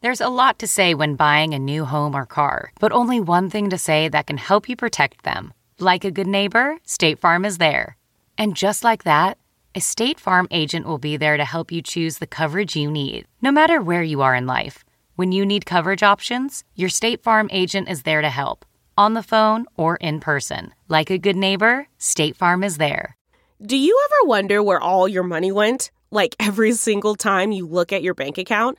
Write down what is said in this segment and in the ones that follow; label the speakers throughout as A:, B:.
A: There's a lot to say when buying a new home or car, but only one thing to say that can help you protect them. Like a good neighbor, State Farm is there. And just like that, a State Farm agent will be there to help you choose the coverage you need, no matter where you are in life. When you need coverage options, your State Farm agent is there to help, on the phone or in person. Like a good neighbor, State Farm is there.
B: Do you ever wonder where all your money went? Like every single time you look at your bank account?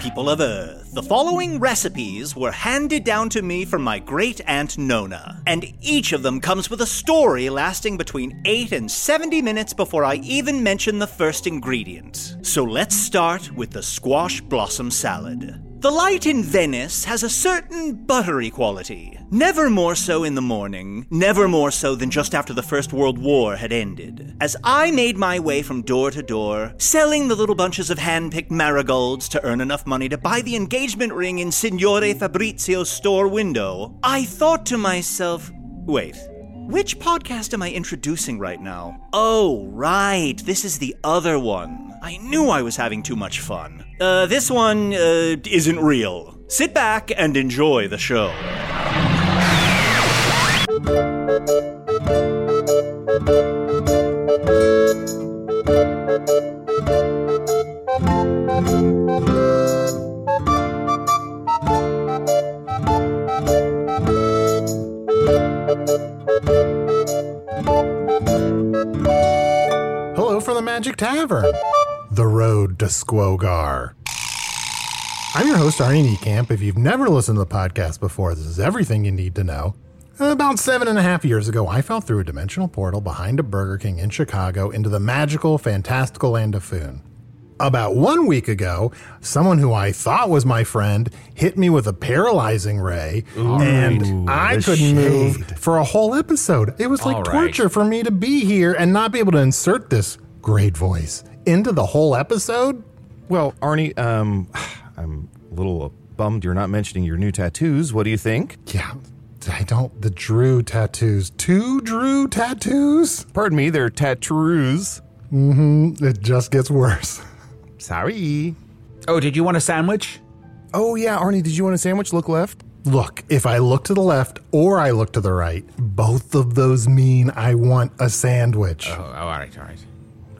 C: people of Earth, the following recipes were handed down to me from my great aunt Nona, and each of them comes with a story lasting between 8 and 70 minutes before I even mention the first ingredient. So let's start with the squash blossom salad. The light in Venice has a certain buttery quality. Never more so in the morning, never more so than just after the First World War had ended. As I made my way from door to door, selling the little bunches of hand picked marigolds to earn enough money to buy the engagement ring in Signore Fabrizio's store window, I thought to myself, wait. Which podcast am I introducing right now? Oh, right, this is the other one. I knew I was having too much fun. Uh, this one uh, isn't real. Sit back and enjoy the show.
D: Hello for the Magic Tavern, the road to Squogar. I'm your host, Arnie Camp. If you've never listened to the podcast before, this is everything you need to know. About seven and a half years ago, I fell through a dimensional portal behind a Burger King in Chicago into the magical, fantastical land of Foon. About one week ago, someone who I thought was my friend hit me with a paralyzing ray, and I
E: the
D: couldn't move
E: shade.
D: for a whole episode. It was like
E: All right.
D: torture for me to be here and not be able to insert this great voice into the whole episode.
E: Well, Arnie, um, I'm a little bummed you're not mentioning your new tattoos. What do you think?
D: Yeah, I don't. The Drew tattoos. Two Drew tattoos? Mm.
E: Pardon me, they're tattoos.
D: mm-hmm, It just gets worse.
E: Sorry.
F: Oh, did you want a sandwich?
E: Oh yeah, Arnie, did you want a sandwich? Look left.
D: Look, if I look to the left or I look to the right, both of those mean I want a sandwich.
F: Oh, oh, all right, all right.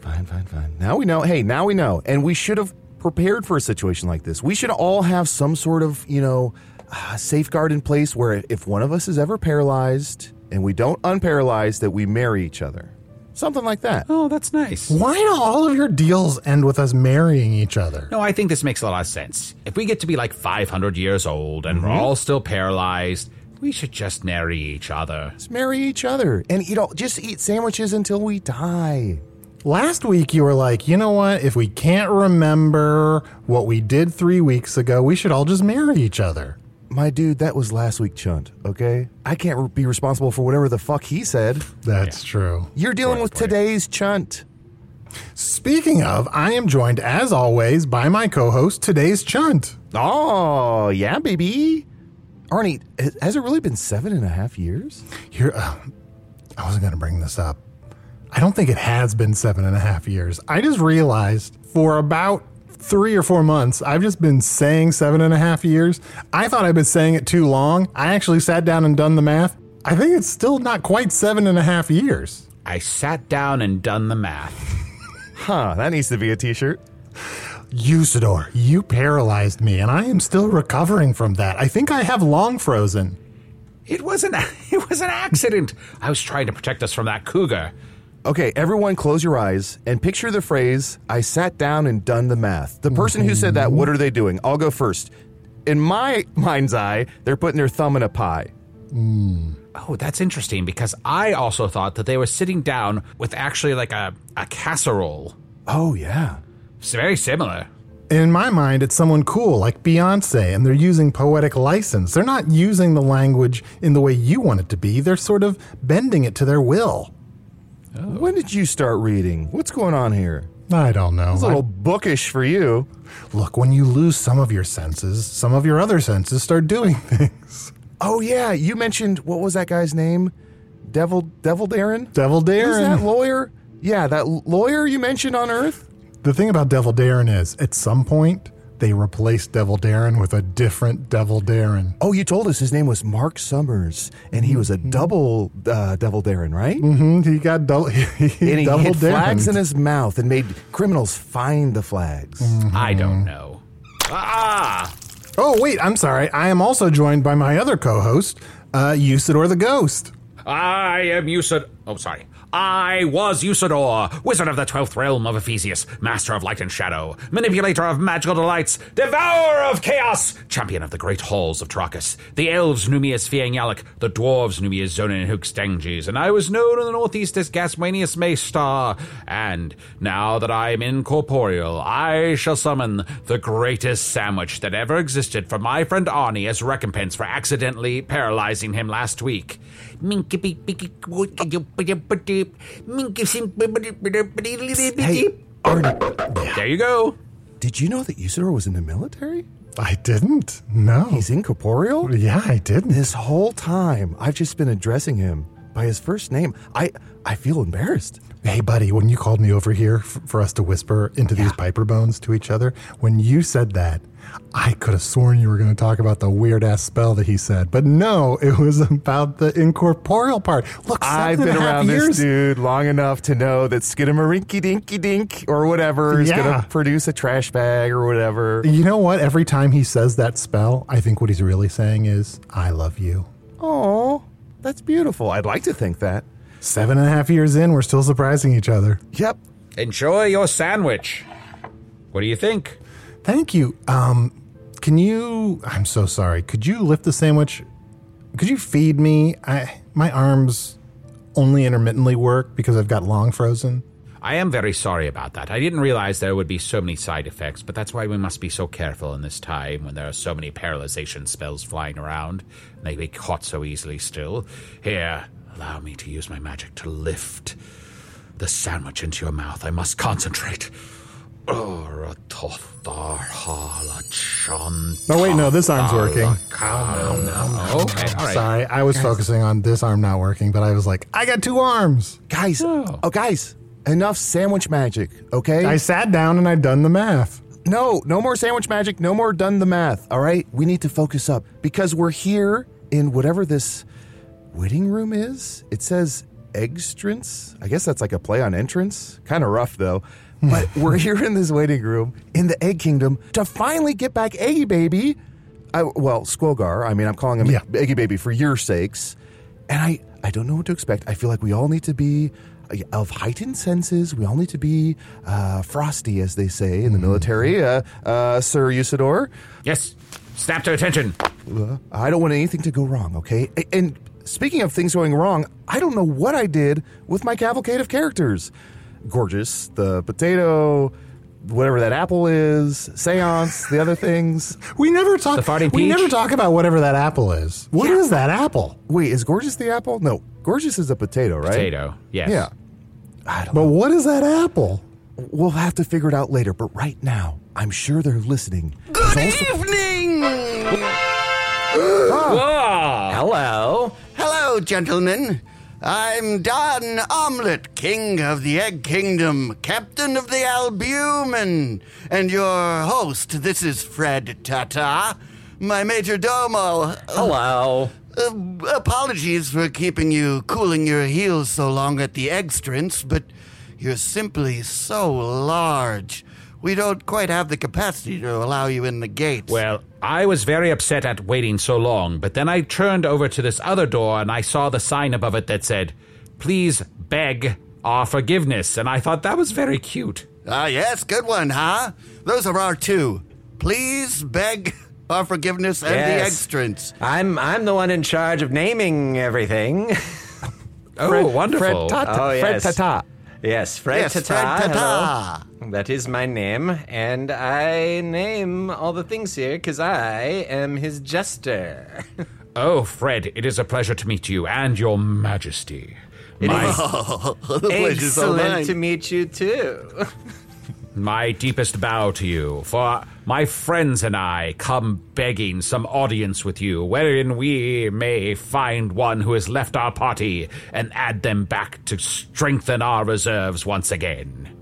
E: Fine, fine, fine. Now we know. Hey, now we know. And we should have prepared for a situation like this. We should all have some sort of, you know, uh, safeguard in place where if one of us is ever paralyzed and we don't unparalyze, that we marry each other. Something like that.
F: Oh, that's nice.
D: Why do all of your deals end with us marrying each other?
F: No, I think this makes a lot of sense. If we get to be like 500 years old and we're
E: Mm-hmm.
F: all still paralyzed, we should just marry each other.
E: Just marry each other and, you know, just eat sandwiches until we die.
D: Last week, you were like, you know what? If we can't remember what we did three weeks ago, we should all just marry each other.
E: My dude, that was last week chunt, okay? I can't re- be responsible for whatever the fuck he said.
D: That's true.
E: You're dealing with today's chunt.
D: Speaking of, I am joined, as always, by my co host, today's Chunt.
E: Oh, yeah, baby. Arnie, h- has it really been seven and a half years?
D: Here, uh, I wasn't going to bring this up. I don't think it has been seven and a half years. I just realized for about three or four months, I've just been saying seven and a half years. I thought I'd been saying it too long. I actually sat down and done the math. I think it's still not quite seven and a half years.
F: I sat down and done the math.
E: Huh, that needs to be a t shirt.
D: Usador, you paralyzed me, and I am still recovering from that. I think I have long frozen.
F: It was an it was an accident. I was trying to protect us from that cougar.
E: Okay, everyone close your eyes and picture the phrase, I sat down and done the math. The person who said that,
D: Mm-hmm.
E: what are they doing? I'll go first. In my mind's eye, they're putting their thumb in a pie.
F: Oh, that's interesting because I also thought that they were sitting down with actually like a, a casserole.
E: Oh, yeah.
F: It's very similar.
D: In my mind, it's someone cool like Beyonce, and they're using poetic license. They're not using the language in the way you want it to be, they're sort of bending it to their will.
E: When did you start reading? What's going on here?
D: I don't know.
E: It's a little bookish for you.
D: Look, when you lose some of your senses, some of your other senses start doing things.
E: Oh, yeah. You mentioned, what was that guy's name? Devil, Devil Darren?
D: Devil
E: Who's that
D: Darren.
E: lawyer? Yeah, that l- lawyer you mentioned on Earth?
D: The thing about Devil Darren is, at some point, they replaced Devil Darren with a different Devil Darren.
E: Oh, you told us his name was Mark Summers, and he was a double uh, Devil Darren, right?
D: hmm Mm-hmm. He got double. He,
E: And he
D: double
E: hid flags
D: Darrened.
E: in his mouth and made criminals find the flags.
F: I
E: Mm-hmm.
F: don't know. Ah!
D: Oh wait, I'm sorry. I am also joined by my other co-host, uh, Usador the Ghost.
F: I am Usador. Oh, sorry. I was Usador, wizard of the twelfth realm of Ephesius, master of light and shadow, manipulator of magical delights, devourer of chaos, champion of the great halls of Trachis. The elves knew me as Fiangyalak, the dwarves knew me as Zonin and Hookstanges, and I was known in the northeast as Gasmanius Maystar. And now that I am incorporeal, I shall summon the greatest sandwich that ever existed for my friend Arnie as recompense for accidentally paralyzing him last week.
E: Hey,
F: There
E: Arnie,
F: you go.
E: did you know that Usador was in the military?
D: I didn't. No.
E: He's incorporeal?
D: yeah, I didn't.
E: This whole time, I've just been addressing him by his first name. I, I feel embarrassed.
D: Hey, buddy, when you called me over here f- for us to whisper into these piper bones to each other, when you said that, I could have sworn you were going to talk about the weird ass spell that he said, but no, it was about the incorporeal part. Look,
E: I've
D: seven
E: been
D: and a half
E: around
D: years.
E: this dude long enough to know that Skidamarinky Dinky Dink or whatever is going
D: Yeah.
E: to produce a trash bag or whatever.
D: You know what? Every time he says that spell, I think what he's really saying is, "I love you."
E: Oh, that's beautiful. I'd like to think that.
D: Seven and a half years in, we're still surprising each other.
E: Yep.
F: Enjoy your sandwich. What do you think?
D: Thank you. Um, can you? I'm so sorry. Could you lift the sandwich? Could you feed me? I my arms only intermittently work because I've got long frozen.
F: I am very sorry about that. I didn't realize there would be so many side effects, but that's why we must be so careful in this time when there are so many paralyzation spells flying around. and They get caught so easily still. Here, allow me to use my magic to lift the sandwich into your mouth. I must concentrate. Oh,
D: Oh wait, no, this arm's working.
E: Oh,
F: Okay, all right.
D: Sorry, I was focusing on this arm not working, but I was like, I got two arms.
E: Guys, oh. guys, enough sandwich magic, okay?
D: I sat down and I'd done the math.
E: no, no more sandwich magic, no more done the math, all right? We need to focus up because we're here in whatever this waiting room is. It says extrance. I guess that's like a play on entrance. Kind of rough, though. But we're here in this waiting room in the Egg Kingdom to finally get back Eggy Baby. I, well, Squogar. I mean, I'm calling him
D: Yeah.
E: Eggy Baby for your sakes. And I, I don't know what to expect. I feel like we all need to be uh, of heightened senses. We all need to be uh, frosty, as they say in the military, uh, uh, Sir Usador.
F: Yes, snap to attention.
E: I don't want anything to go wrong, okay? A- And speaking of things going wrong, I don't know what I did with my cavalcade of characters. Gorgeous, the potato, whatever that apple is, seance, the other things.
D: We never talk.
F: The farting
D: we
F: peach?
D: never talk about whatever that apple is. What is that apple?
E: Wait, is gorgeous the apple? No, gorgeous is a potato, right?
F: Potato. Yes.
E: Yeah. I don't
D: But what is that apple?
E: We'll have to figure it out later, but right now, I'm sure they're listening. Good evening!
G: Hello. Hello, gentlemen. I'm Don Omelette, King of the Egg Kingdom, Captain of the Albumen, and your host. This is Fred Tata, my major domo.
H: Hello.
G: Uh, apologies for keeping you cooling your heels so long at the extrants, but you're simply so large. We don't quite have the capacity to allow you in the gates.
F: Well, I was very upset at waiting so long, but then I turned over to this other door and I saw the sign above it that said, Please beg our forgiveness. And I thought that was very cute.
G: Ah, yes, good one, huh? Those are our two. Please beg our forgiveness and the
H: Yes.
G: extrants.
H: I'm I'm the one in charge of naming everything.
F: Oh, wonderful.
H: Oh,
E: Fred
H: yes.
E: Tata.
H: yes, Fred
G: Yes,
H: Tata. hello.
G: Fred Tata.
H: That is my name, and I name all the things here because I am his jester.
F: oh, Fred, it is a pleasure to meet you and your majesty.
H: It
F: my,
H: is
G: Oh, the pleasure's all mine.
H: excellent to meet you too.
F: my deepest bow to you, for my friends and I come begging some audience with you, wherein we may find one who has left our party and add them back to strengthen our reserves once again.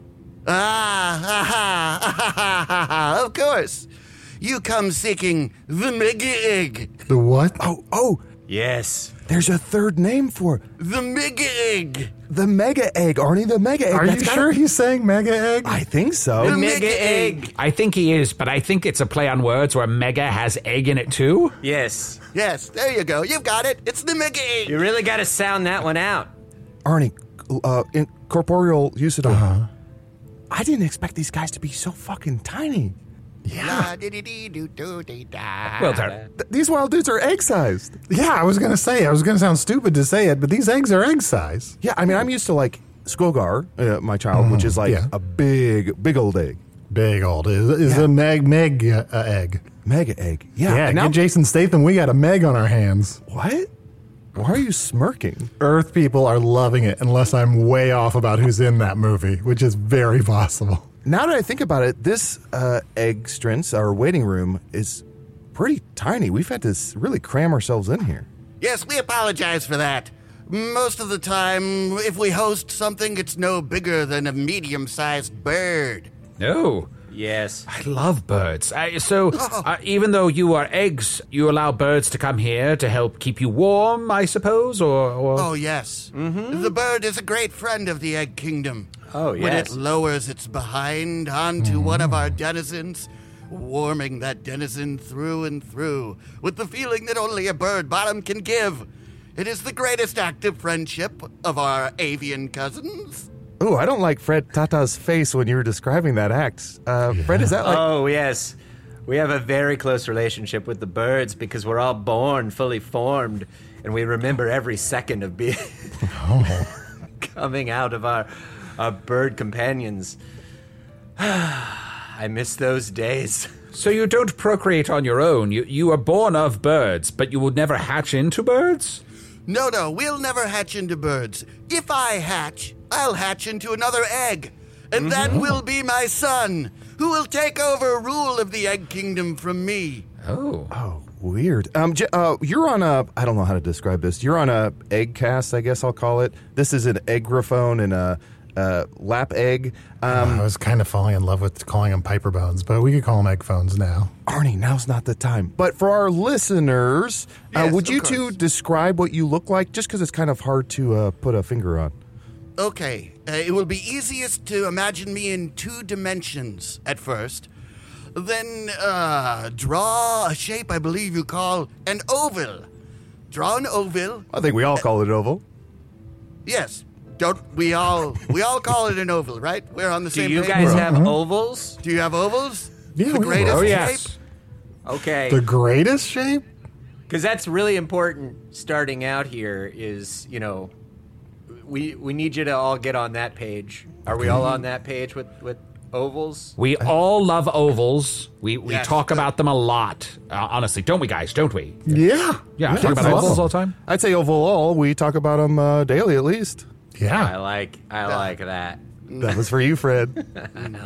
G: Ah, ha, ha, ha, ha, ha, ha, Ah, of course. You come seeking the Mega Egg.
D: The what?
E: Oh, oh,
H: yes.
E: there's a third name for it.
G: The Mega Egg.
E: the mega egg, Arnie. The mega egg.
D: Are
E: That's
D: you
E: gotta-
D: sure he's saying mega egg?
E: I think
H: The
E: so.
H: mega egg.
F: I think he is, but I think it's a play on words where mega has egg in it too.
H: Yes.
G: Yes, there you go. You've got it. It's the Mega Egg.
H: You really got to sound that one out.
E: Arnie, uh, in corporeal usador.
D: Uh-huh.
E: I didn't expect these guys to be so fucking tiny.
G: La di di di do do di da.
F: Well done.
E: Th- these wild dudes are egg sized.
D: yeah, I was gonna say I was gonna sound stupid to say it, but these eggs are egg size. Mm,
E: Yeah, I mean, I'm used to like Skogar, uh, my child, which is like
D: yeah.
E: a big, big old egg,
D: Big old is, is a meg meg uh, uh, egg.
E: mega egg. Yeah,
D: Yeah,
E: and now-
D: get Jason Statham. We got a meg on our hands.
E: what? Why are you smirking?
D: Earth people are loving it, unless I'm way off about who's in that movie, which is very possible.
E: Now that I think about it, this uh, egg strength, our waiting room, is pretty tiny. We've had to s- really cram ourselves in here.
G: Yes, we apologize for that. Most of the time, if we host something, it's no bigger than a medium sized bird.
F: No.
H: Yes.
F: I love birds. I, so, uh, even though you are eggs, you allow birds to come here to help keep you warm, I suppose, or, or
G: Oh, yes.
H: Mm-hmm.
G: The bird is a great friend of the Egg Kingdom.
H: Oh,
G: When
H: yes. Mm-hmm.
G: it lowers its behind onto one of our denizens, warming that denizen through and through with the feeling that only a bird bottom can give. It is the greatest act of friendship of our avian cousins.
E: Ooh, I don't like Fred Tata's face when you were describing that act. Uh, Fred, is that like
H: Oh, yes. We have a very close relationship with the birds because we're all born fully formed and we remember every second of being coming out of our, our bird companions. I miss those days.
F: so you don't procreate on your own. You you are born of birds, but you will never hatch into birds.
G: No, no, we'll never hatch into birds. If I hatch, I'll hatch into another egg. And that
H: Mm-hmm.
G: will be my son, who will take over rule of the egg kingdom from me.
F: Oh,
E: weird? Um, J- uh, you're on a, I don't know how to describe this. You're on a egg cast, I guess I'll call it. This is an eggrophone and a uh, lap egg. Um,
D: Oh, I was kind of falling in love with calling them Piper Bones, but we could call them egg phones now.
E: Arnie, now's not the time. But for our listeners,
G: Yes,
E: uh, would
G: of
E: you two
G: course.
E: describe what you look like? Just because it's kind of hard to uh, put a finger on.
G: Okay, uh, it will be easiest to imagine me in two dimensions at first. Then uh, draw a shape I believe you call an oval. Draw an oval.
E: I think we all call it oval.
G: Yes. Don't we all we all call it an oval, right? We're on the
H: Do
G: same
H: you
G: page.
H: guys have ovals?
G: Do you have ovals?
D: Yeah,
G: the
D: we-
G: greatest
D: oh,
G: shape?
F: yes.
H: Oh, Okay.
D: The greatest shape?
H: Because that's really important starting out here is, you know, we we need you to all get on that page. Are we all on that page with, with ovals?
F: we all love ovals. We we
G: Yes.
F: talk about them a lot. Uh, honestly, don't we, guys? Don't we?
D: Yeah.
F: Yeah, I talk about
D: it's
F: ovals all
D: awesome.
F: the time.
E: I'd say oval all. We talk about them uh, daily at least.
H: I
D: Yeah.
H: like I like that.
E: That was for you, Fred.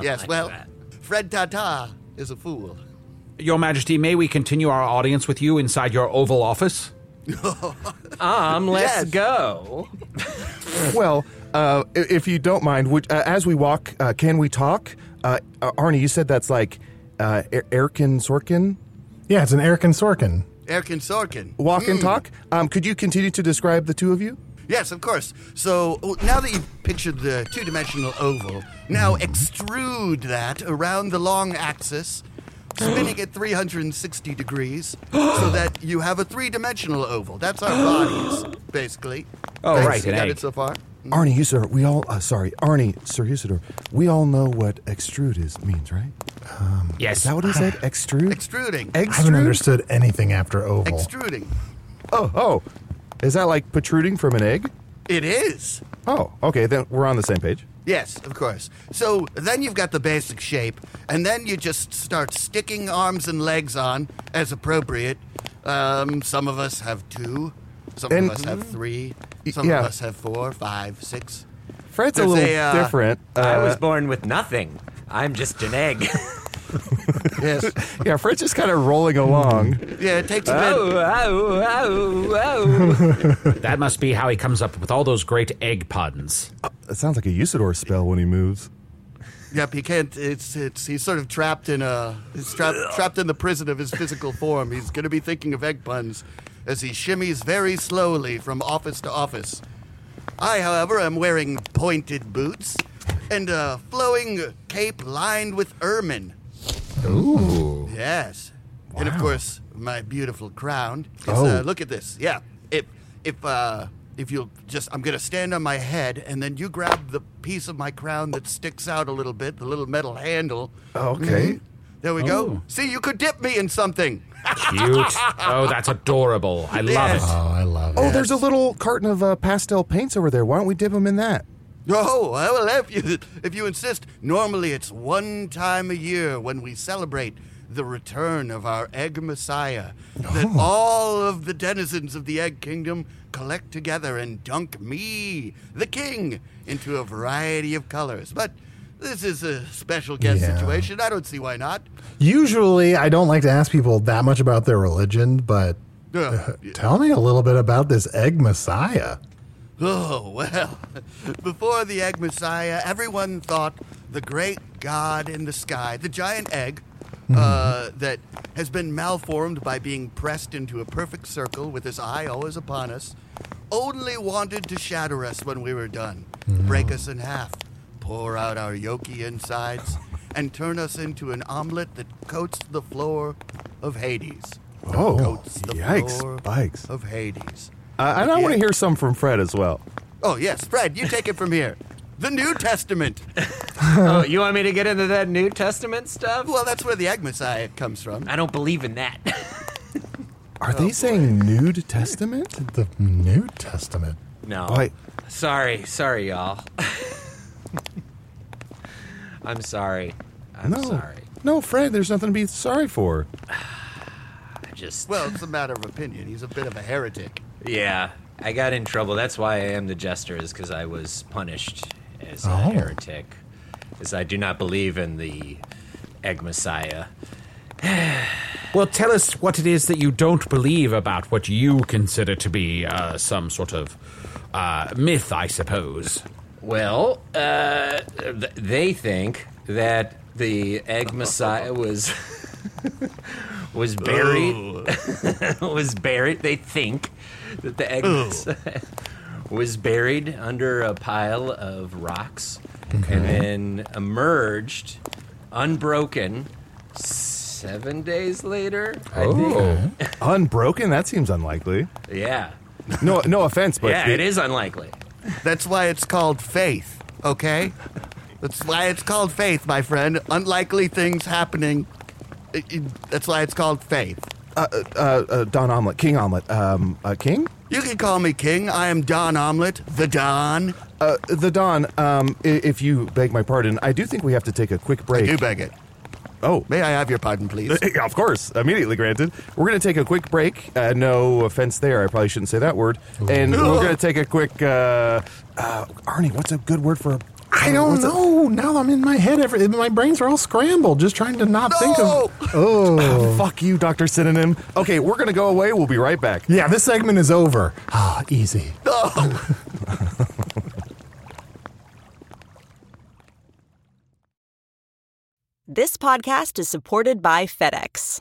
G: Yes, well, Fred Tata is a fool.
F: Your Majesty, may we continue our audience with you inside your Oval Office?
H: Um, let's
G: Yes.
H: go.
E: well, uh, i- if you don't mind, would, uh, as we walk, uh, can we talk? Uh, uh, Arnie, you said that's like uh, er- Erkin Sorkin
D: Yeah, it's an Eric and Sorkin.
G: Erkin Sorkin. Hmm.
E: walk and talk. Um, could you continue to describe the two of you?
G: Yes, of course. So oh, now that you've pictured the two dimensional oval, now extrude that around the long axis, spinning at 360 degrees, so that you have a three dimensional oval. That's our bodies, basically.
F: Oh,
G: Thanks.
F: right,
G: You
F: an
G: got
F: egg.
G: it so far?
E: Arnie Usador, we all, uh, sorry, Arnie, Sir Usador, we all know what extrude is, means, right?
F: Yes.
E: Is that what he said? Extrude?
G: Extruding.
E: Extrude?
D: Um, I haven't understood anything after oval.
G: Extruding.
E: Oh, oh. Is that like protruding from an egg?
G: It is.
E: Oh, okay, then we're on the same page.
G: Yes, of course. So then you've got the basic shape, and then you just start sticking arms and legs on as appropriate. Um, some of us have two, some
E: And-
G: of us have three, some
E: yeah.
G: of us have four, five, six.
E: Fred's a
G: There's
E: little
G: a, uh,
E: different.
H: I
E: Uh,
H: was born with nothing. I'm just an egg.
G: Yes.
E: yeah, Fred's just kind of rolling along.
G: yeah, it takes a bit.
H: oh, oh, oh, oh.
F: That must be how he comes up with all those great egg puns.
E: It sounds like a Usador spell when he moves.
G: Yep, he can't. It's it's. He's sort of trapped in a. He's trapped trapped in the prison of his physical form. He's going to be thinking of egg puns as he shimmies very slowly from office to office. I, however, am wearing pointed boots and a flowing cape lined with ermine. Ooh. Yes. And of course, my beautiful crown. It's,
E: Oh.
G: uh, look at this. Yeah. If if uh if you'll just I'm gonna stand on my head and then you grab the piece of my crown that sticks out a little bit, the little metal handle.
E: Okay.
G: Mhm. There we
F: Oh.
G: go. See, you could dip me in something.
F: Cute. oh, that's adorable. I love
G: Yes.
F: it.
D: Oh, I love
E: Oh,
D: it.
E: there's a little carton of uh, pastel paints over there. Why don't we dip them in that?
G: Oh, well, if you, if you insist, normally it's one time a year when we celebrate the return of our egg messiah that all of the denizens of the egg kingdom collect together and dunk me, the king, into a variety of colors. But this is a special guest
D: Yeah.
G: situation. I don't see why not.
D: Usually, I don't like to ask people that much about their religion, but
G: Uh,
D: tell me a little bit about this egg messiah.
G: Oh, well, before the egg messiah, everyone thought the great god in the sky, the giant egg, uh, that has been malformed by being pressed into a perfect circle with his eye always upon us, only wanted to shatter us when we were done, break us in half, pour out our yolky insides, and turn us into an omelet that coats the floor of Hades.
E: Oh,
G: coats the
E: yikes,
G: floor
E: spikes.
G: of Hades.
E: Uh, and I want
G: Yeah.
E: to hear some from Fred as well.
G: Oh, yes, Fred, you take it from here. The New Testament.
H: oh, you want me to get into that New Testament stuff?
G: Well, that's where the egg messiah comes from.
H: I don't believe in that.
E: Are they saying Nude Testament?
D: The New Testament.
H: no.
E: Why?
H: Sorry, sorry, y'all. I'm sorry. I'm
E: No.
H: sorry.
E: No, Fred, there's nothing to be sorry for.
H: I just
G: Well, it's a matter of opinion. He's a bit of a heretic.
H: yeah. I got in trouble. That's why I am the jester, is because I was punished as a
D: Oh.
H: heretic, as I do not believe in the egg messiah.
F: Well, tell us what it is that you don't believe about what you consider to be uh, some sort of uh, myth, I suppose.
H: Well, uh, th- they think that the egg messiah was was buried. was buried. They think that the egg messiah was buried under a pile of rocks and then emerged unbroken seven days later. I think.
E: Oh, unbroken? That seems unlikely.
H: Yeah.
E: No, no offense, but
H: Yeah,
E: the-
H: it is unlikely.
G: That's why it's called faith, okay? That's why it's called faith, my friend. Unlikely things happening. I- I- That's why it's called faith.
E: Uh, uh, Don Omelet, King Omelet, um, uh, King.
G: You can call me king. I am Don Omelet, the Don.
E: Uh, the Don. Um, i- if you beg my pardon, I do think we have to take a quick break.
G: You beg it.
E: Oh,
G: May I have your pardon, please?
E: of course, immediately granted. We're going to take a quick break. Uh, no offense there. I probably shouldn't say that word. And we're going to take a quick. Uh, uh, Arnie, what's a good word for? a-
D: I don't
E: what's a-
D: know. Now I'm in my head. Every, my brains are all scrambled, just trying to not think
G: No!
D: of. Oh,
E: Fuck you, Doctor Synonym. Okay, we're going to go away. We'll be right back.
D: yeah. This segment is over. Ah, easy.
I: This podcast is supported by FedEx.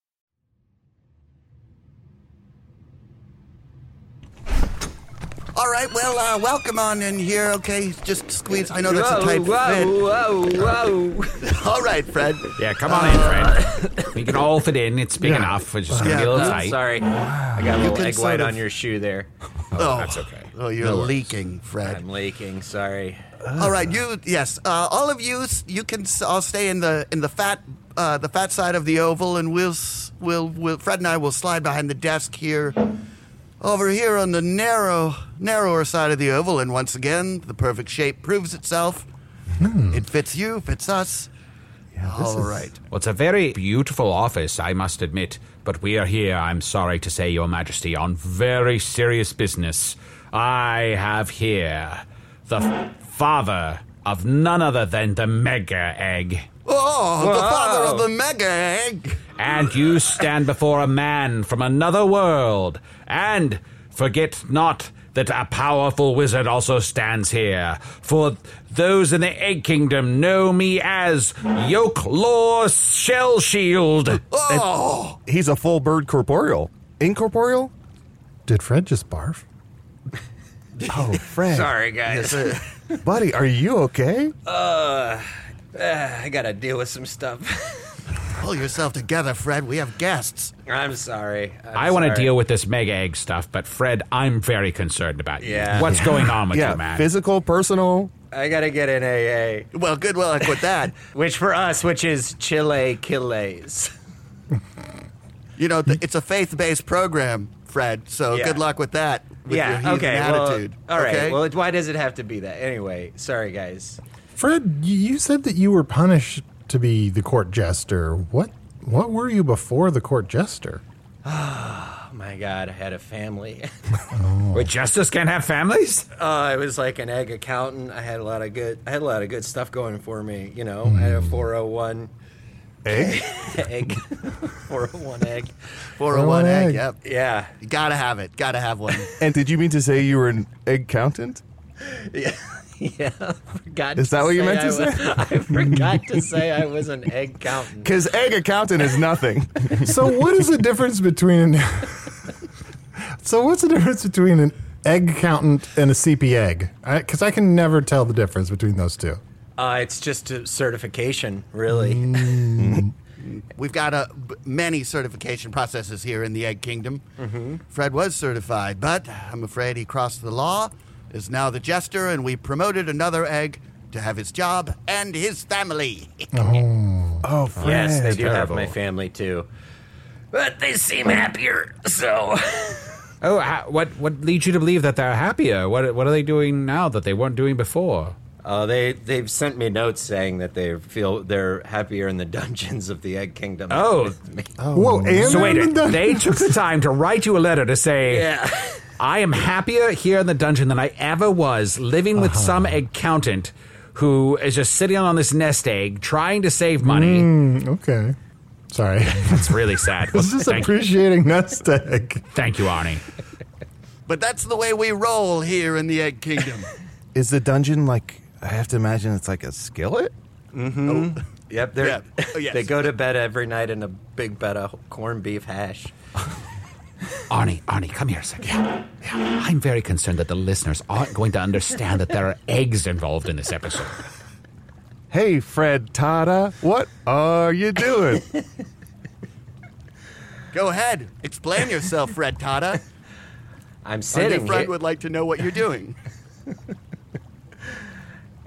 G: All right, well, uh, welcome on in here, okay? Just squeeze. I know that's
H: whoa,
G: a tight fit.
H: whoa, whoa, whoa.
G: All right, Fred.
F: Yeah, come
G: Uh,
F: on in, Fred. we can all fit in. It's big enough. It's just gonna be a little
H: Oh,
F: tight.
H: sorry. I got a little
G: can
H: egg
G: sort
H: white
G: of-
H: on your shoe there.
G: Oh,
F: That's okay.
G: Oh, you're leaking, Fred.
H: I'm leaking, sorry.
G: All right, you. Yes, uh, all of you. s- You can s- all stay in the in the fat uh, the fat side of the oval, and we'll s- we'll we'll Fred and I will slide behind the desk here, over here on the narrow narrower side of the oval. And once again, the perfect shape proves itself. It fits you, fits us. All right.
F: Well, it's a very beautiful office, I must admit, but we are here, I'm sorry to say, Your Majesty, on very serious business. I have here the f- father of none other than the Mega Egg.
G: Oh, the father of the mega egg.
F: And you stand before a man from another world. And forget not that a powerful wizard also stands here. For those in the Egg Kingdom know me as Yoke Law Shell Shield.
H: Uh,
G: Oh,
E: He's a full bird corporeal. Incorporeal?
D: Did Fred just barf?
E: Oh, Fred.
H: Sorry, guys. Uh,
E: Buddy, are you okay?
H: I gotta deal with some stuff.
G: pull yourself together, Fred. We have guests.
H: I'm sorry. I'm
F: I want to
H: sorry.
F: deal with this mega egg stuff, but Fred, I'm very concerned about you.
H: Yeah.
F: What's going on with
E: yeah,
F: you, man?
E: physical, personal.
H: I gotta get an AA.
G: Well, good luck with that.
H: Which for us, which is Chile Chiles.
G: You know, th- it's a faith-based program, Fred. So
H: Yeah.
G: good luck with that. With your
H: yeah.
G: heathen
H: Okay. well,
G: Attitude.
H: all right.
G: okay?
H: Well, why does it have to be that anyway? Sorry, guys.
D: Fred, you- you said that you were punished to be the court jester. What what were you before the court jester?
H: Oh my God, I had a family.
E: Oh.
F: Wait, justice can't have families?
H: uh, I was like an egg accountant. I had a lot of good. I had a lot of good stuff going for me. You know, I had a
E: Hmm.
H: 401
E: Egg? oh
H: egg, 401 egg.
G: 401 egg.
D: egg.
G: Yep.
H: Yeah.
G: You gotta have it. Gotta have one.
E: and did you mean to say you were an egg countant?
H: Yeah. Forgot.
E: Is that what you meant to
H: I wa-
E: say?
H: I forgot to say I was an egg accountant.
E: Because egg accountant is nothing.
D: So what is the difference between So what's the difference between an egg accountant and a CP egg? Cuz I can never tell the difference between those two.
H: Uh, it's just a certification, really.
E: Mm.
G: We've got uh, b- many certification processes here in the egg kingdom. Mm-hmm. Fred was certified, but I'm afraid he crossed the law, is now the jester, and we promoted another egg to have his job and his family.
E: Oh, Fred.
H: Yes, they do have
F: terrible.
H: my family too. But they seem happier, so.
F: Oh, ha- what what leads you to believe that they're happier? What what are they doing now that they weren't doing before?
H: Uh, they they've sent me notes saying that they feel they're happier in the dungeons of the Egg Kingdom.
F: Oh,
D: Whoa, and
F: so wait,
D: they're in the dun-
F: they took the time to write you a letter to say,
H: Yeah.
F: I am happier here in the dungeon than I ever was living with
D: Uh-huh.
F: some accountant who is just sitting on this nest egg trying to save money.
D: Mm, Okay. Sorry.
F: It's really sad.
D: I was just
F: thank,
D: appreciating nest egg.
F: thank you, Arnie.
G: But that's the way we roll here in the egg kingdom.
E: Is the dungeon like, I have to imagine it's like a skillet?
H: Yep, they're,
G: Yeah. Oh, yes.
H: they go to bed every night in a big bed of corned beef hash.
F: Arnie, Arnie, come here a second. Yeah. Yeah. I'm very concerned that the listeners aren't going to understand that there are eggs involved in this episode.
E: Hey, Fred Tada, what are you doing?
G: Go ahead. Explain yourself, Fred Tata.
H: I'm
G: Our
H: sitting
G: new friend
H: here.
G: would like to know what you're doing.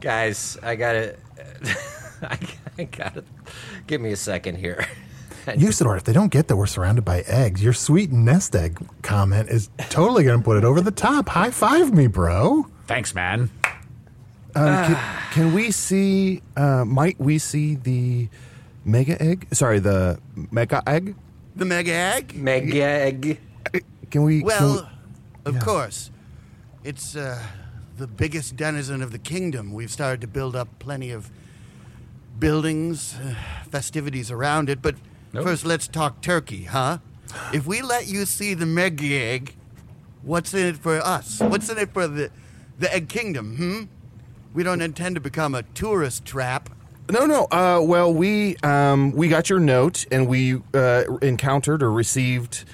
H: Guys, I gotta. I, I gotta. Give me a second here.
D: Usador, if they don't get that we're surrounded by eggs, your sweet nest egg comment is totally going to put it over the top. High five me, bro.
F: Thanks, man.
E: Um, can, can we see? Uh, might we see the mega egg? Sorry, the mega egg.
G: The mega egg?
H: Meg egg.
E: Can we? can
G: Well, of course. It's uh, the biggest denizen of the kingdom. We've started to build up plenty of buildings, uh, festivities around it. But first, let's talk turkey, huh? If we let you see the mega egg, what's in it for us? What's in it for the, the egg kingdom, hmm? We don't intend to become a tourist trap.
E: No, no. Uh, well, we um, we got your note, and we uh, encountered or received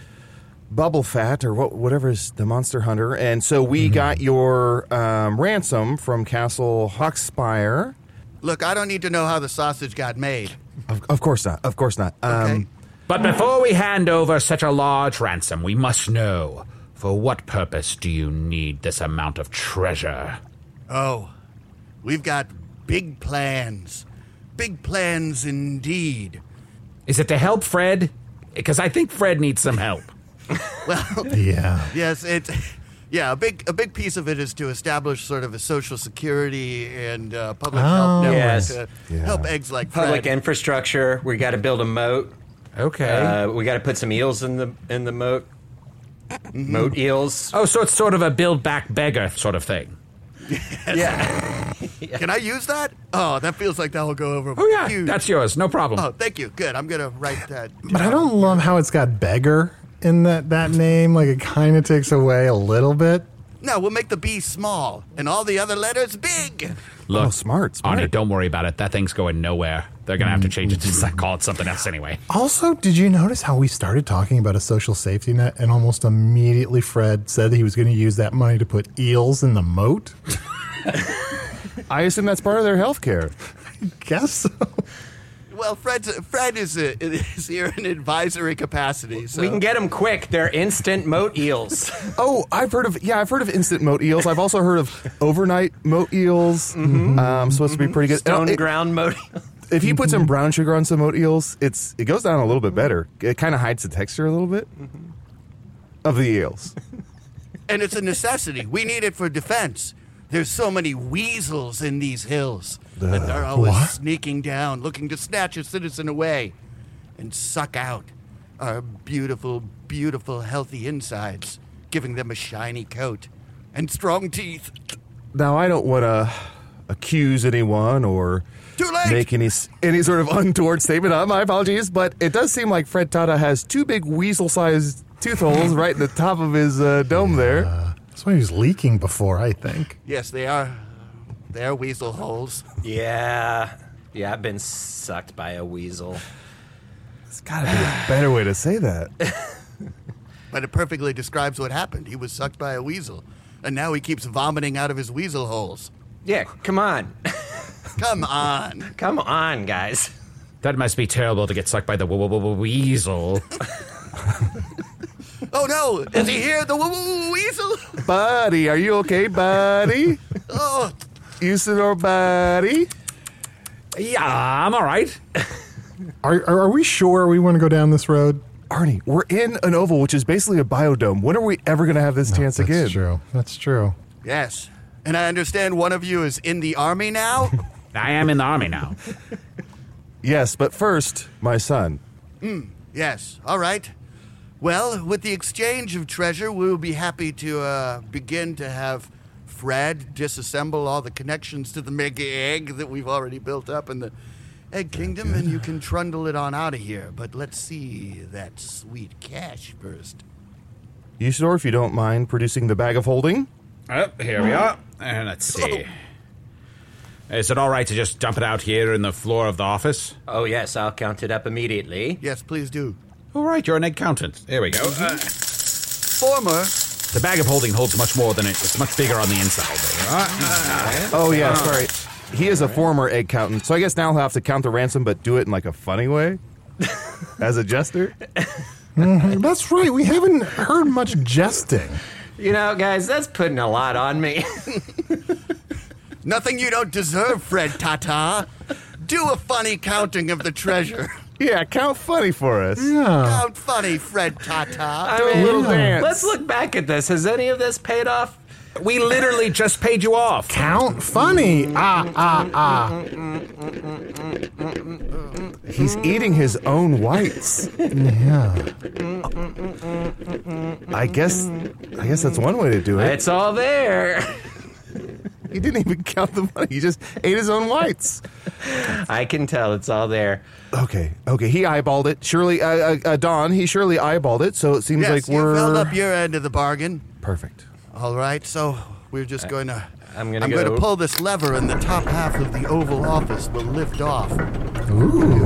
E: bubble fat or what, whatever is the monster hunter, and so we got your um, ransom from Castle Hawkspire.
G: Look, I don't need to know how the sausage got made.
E: Of, of course not. Of course not. Um,
G: Okay?
F: But before we hand over such a large ransom, we must know for what purpose do you need this amount of treasure?
G: Oh, we've got big plans. Big plans indeed.
F: Is it to help Fred? Because I think Fred needs some help.
D: Yeah.
G: Yes, it's yeah, a big a big piece of it is to establish sort of a social security and uh, public health network
H: Yes.
G: to help eggs like
H: Public
G: Fred.
H: infrastructure. We gotta build a moat.
F: Okay.
H: Uh, we gotta put some eels in the in the moat. Moat eels.
F: Mm-hmm. oh, so it's sort of a build back beggar sort of thing.
H: yeah.
G: Can I use that? Oh, that feels like that will go over.
F: Oh, yeah.
G: huge.
F: That's yours. No problem.
G: Oh, thank you. Good. I'm gonna write that.
D: But I don't love how it's got beggar in that, that name. Like, it kind of takes away a little bit.
G: No, we'll make the B small and all the other letters big.
F: Look,
E: oh, smart, smart.
F: Arnie, don't worry about it. That thing's going nowhere. They're going to have to change it to call it something else anyway.
D: Also, did you notice how we started talking about a social safety net and almost immediately Fred said that he was going to use that money to put eels in the moat?
E: I assume that's part of their health care.
D: Guess so.
G: Well, Fred's, Fred is, uh is here in advisory capacity. So
H: We can get them quick. They're instant moat eels.
E: Oh, I've heard of yeah, I've heard of instant moat eels. I've also heard of overnight moat eels. Um, supposed to be pretty good.
H: Stone
D: Oh,
E: And it-
H: ground moat eels.
E: if you put some brown sugar on some oat eels, it's it goes down a little bit better. It kind of hides the texture a little bit of the eels.
G: And it's a necessity. We need it for defense. There's so many weasels in these hills. that they're always
D: what?
G: sneaking down, looking to snatch a citizen away and suck out our beautiful, beautiful, healthy insides, giving them a shiny coat and strong teeth.
E: Now I don't want to accuse anyone or
G: Too late!
E: make any s- any sort of untoward statement. Uh, my apologies, but it does seem like Fred Tata has two big weasel-sized tooth holes right in the top of his uh, dome there.
D: That's why he was leaking before, I think.
G: Yes, they are. They are weasel holes.
H: Yeah. Yeah, I've been sucked by a weasel.
E: It's got to be a better way to say that.
G: But it perfectly describes what happened. He was sucked by a weasel, and now he keeps vomiting out of his weasel holes.
H: Yeah, come on.
G: Come on.
H: Come on, guys.
F: That must be terrible to get sucked by the w- w- w- weasel.
G: Oh no! Is he here? The woo woo weasel?
E: buddy, are you okay, buddy?
G: Oh,
E: Usador, buddy.
F: yeah, I'm all right.
D: Are, are, are we sure we want to go down this road?
E: Arnie, we're in an oval, which is basically a biodome. When are we ever going to have this chance
D: That's
E: again?
D: true. That's true.
G: Yes. And I understand one of you is in the army now?
F: I am in the army now.
E: Yes, but first, my son.
G: Hmm, yes. All right. Well, with the exchange of treasure, we will be happy to uh, begin to have Fred disassemble all the connections to the mega egg that we've already built up in the Egg Kingdom, and you can trundle it on out of here. But let's see that sweet cash first.
E: Usador, if you don't mind producing the bag of holding.
F: Oh, here we are. And let's see. Oh. Is it all right to just dump it out here in the floor of the office?
H: Oh, yes, I'll count it up immediately.
G: Yes, please do.
F: All right, you're an accountant. There we go. Uh,
G: Former.
F: the bag of holding holds much more than it. It's much bigger on the inside. There you are.
E: Uh, Oh, yeah, sorry. He is a former egg countant, so I guess now he'll have to count the ransom, but do it in like a funny way, as a jester.
D: Mhm, That's right. We haven't heard much jesting.
H: You know, guys, that's putting a lot on me.
G: Nothing you don't deserve, Fred Tata. Do a funny counting of the treasure.
E: Yeah, count funny for us.
D: Yeah.
G: Count funny, Fred Tata.
H: I mean,
E: little dance.
H: let's look back at this. Has any of this paid off?
F: We literally just paid you off.
D: Count funny. Ah, ah, ah.
E: He's eating his own whites.
D: Yeah.
E: I guess. I guess that's one way to do it.
H: It's all there.
E: He didn't even count the money. He just ate his own whites.
H: I can tell it's all there.
E: Okay. Okay. He eyeballed it. Surely, uh, uh, uh, Don. He surely eyeballed it. So it seems
G: Yes,
E: like
G: you
E: we're
G: held up your end of the bargain.
E: perfect.
G: All right, so we're just going to.
H: I'm gonna
G: going
H: go-
G: to pull this lever, and the top half of the Oval Office will lift off. Here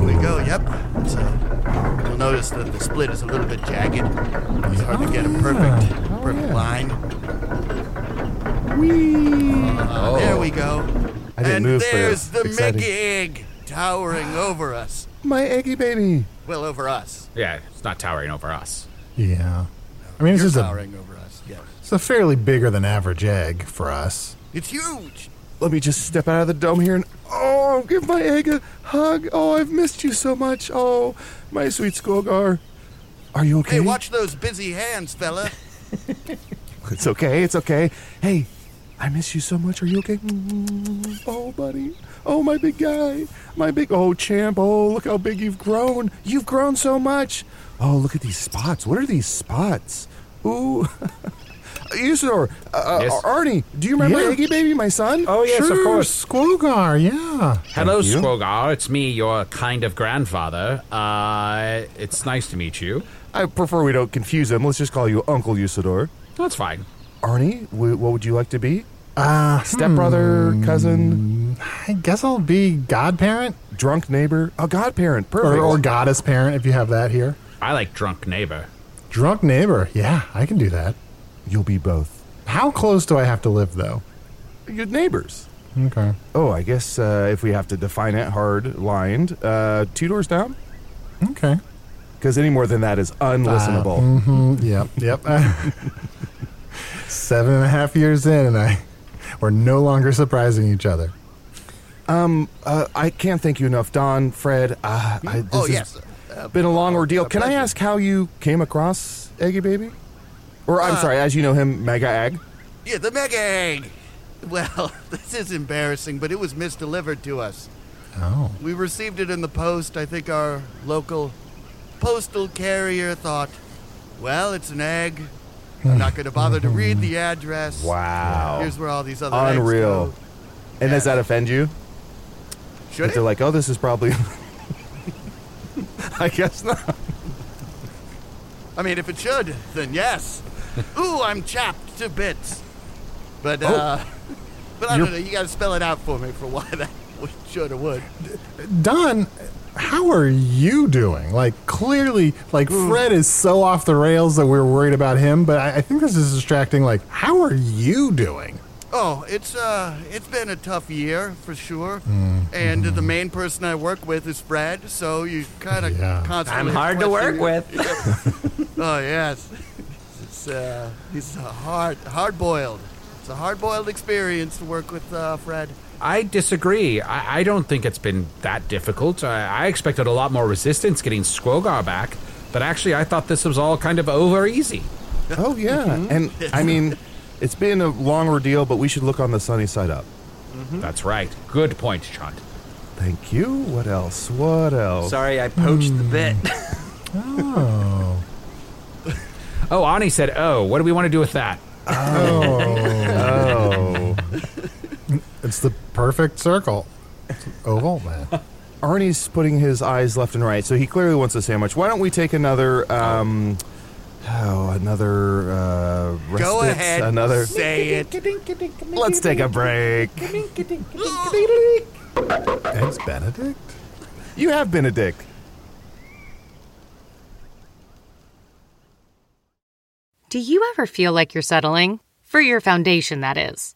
G: we go. Yep. It's a, you'll notice that the split is a little bit jagged. It's hard to get a perfect,
E: Oh,
G: perfect line. Uh, There we go.
E: Oh. I didn't
G: and
E: move for
G: there's the
E: exciting.
G: Mickey egg towering over us.
E: My eggy baby.
G: Well, over us.
F: Yeah, it's not towering over us.
D: Yeah. I mean, this
G: You're
D: is a,
G: towering over us. Yes.
D: it's a fairly bigger than average egg for us.
G: It's huge.
E: Let me just step out of the dome here and oh, give my egg a hug. Oh, I've missed you so much. Oh, my sweet Skogar. Are you okay?
G: Hey, watch those busy hands, fella.
E: It's okay. It's okay. Hey, I miss you so much. Are you okay? Mm, Oh, buddy. Oh, my big guy. My big oh champ. Oh, look how big you've grown. You've grown so much. Oh, look at these spots. What are these spots? Ooh. Isidore, uh,
F: Yes.
E: uh, Arnie, do you remember
D: Yeah.
E: Iggy Baby, my son?
F: Oh, yes, of
D: Sure,
F: course.
D: Squogar, yeah.
F: Hello,
E: you.
F: Squogar. It's me, your kind of grandfather. Uh, it's nice to meet you.
E: I prefer we don't confuse him. Let's just call you Uncle Usador.
F: That's fine.
E: Arnie, w- what would you like to be? Ah, stepbrother, cousin,
D: Uh, hmm, I guess I'll be godparent
E: drunk neighbor, a godparent, perfect.
D: or, or goddess parent if you have that here.
F: I like drunk neighbor.
D: Drunk neighbor, yeah, I can do that.
E: You'll be both.
D: How close do I have to live, though?
E: Your neighbors.
D: Okay.
E: Oh, I guess uh, if we have to define it hard lined, uh, two doors down?
D: Okay.
E: Because any more than that is unlistenable.
D: Mm, yep, yep. Seven and a half years in, and I we're no longer surprising each other.
G: Ah.
E: Uh, I can't thank you enough, Don, Fred. Uh, I, this
G: Oh,
E: has
G: yes. Uh,
E: been a long ordeal.
G: a
E: Can I
G: pleasure.
E: ask how you came across Eggy Baby? Or,
G: Uh,
E: I'm sorry, as you know him, Mega Egg.
G: Yeah, the mega egg. Well, this is embarrassing, but it was misdelivered to us.
D: Oh.
G: We received it in the post. I think our local postal carrier thought, well, it's an egg. I'm not going to bother to read the address.
E: Wow.
G: Here's where all these other eggs
E: Unreal.
G: go.
E: And does that offend you?
G: Should
E: If they're
G: it?
E: like, oh, this is probably. I guess not.
G: I mean, if it should, then yes. Ooh, I'm chapped to bits. But uh, but I
E: You're-
G: don't know. You got to spell it out for me for why that would- should or would.
D: Don, how are you doing? Like, clearly, like, Fred is so off the rails that we're worried about him, but I, I think this is distracting. Like, how are you doing?
G: Oh, it's uh, it's been a tough year for sure.
E: Mm-hmm.
G: And the main person I work with is Fred, so you kind of
D: Yeah.
G: constantly.
H: I'm hard to work
G: question-
H: with.
G: Oh yes, it's uh, he's a hard hard boiled. It's a hard boiled experience to work with uh, Fred.
F: I disagree. I, I don't think it's been that difficult. I, I expected a lot more resistance getting Squogar back, but actually, I thought this was all kind of over easy.
E: Oh, yeah.
D: Mm-hmm.
E: And I mean, it's been a long ordeal, but we should look on the sunny side up.
H: Mm-hmm.
F: That's right. Good point, Chunt.
E: Thank you. What else? What else? Mm,
H: Sorry, I poached the bit.
F: Oh, Ani said, "Oh, what do we want to do with that?"
E: Oh.
D: It's the perfect circle. It's an oval, man.
E: Arnie's putting his eyes left and right, so he clearly wants a sandwich. Why don't we take another, um, oh, another, uh, respite,
G: Go ahead,
E: another.
G: say it.
E: Let's take a break.
D: Eggs Benedict?
E: You have been a dick.
A: Do you ever feel like you're settling? For your foundation, that is.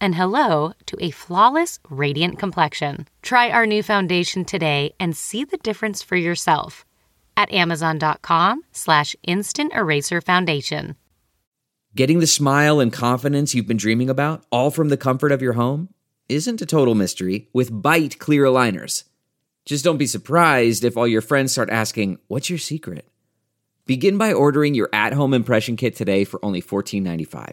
A: and hello to a flawless, radiant complexion. Try our new foundation today and see the difference for yourself at amazon.com slash instant eraser foundation.
J: Getting the smile and confidence you've been dreaming about, all from the comfort of your home, isn't a total mystery with bite clear aligners. Just don't be surprised if all your friends start asking, What's your secret? Begin by ordering your at home impression kit today for only $14.95.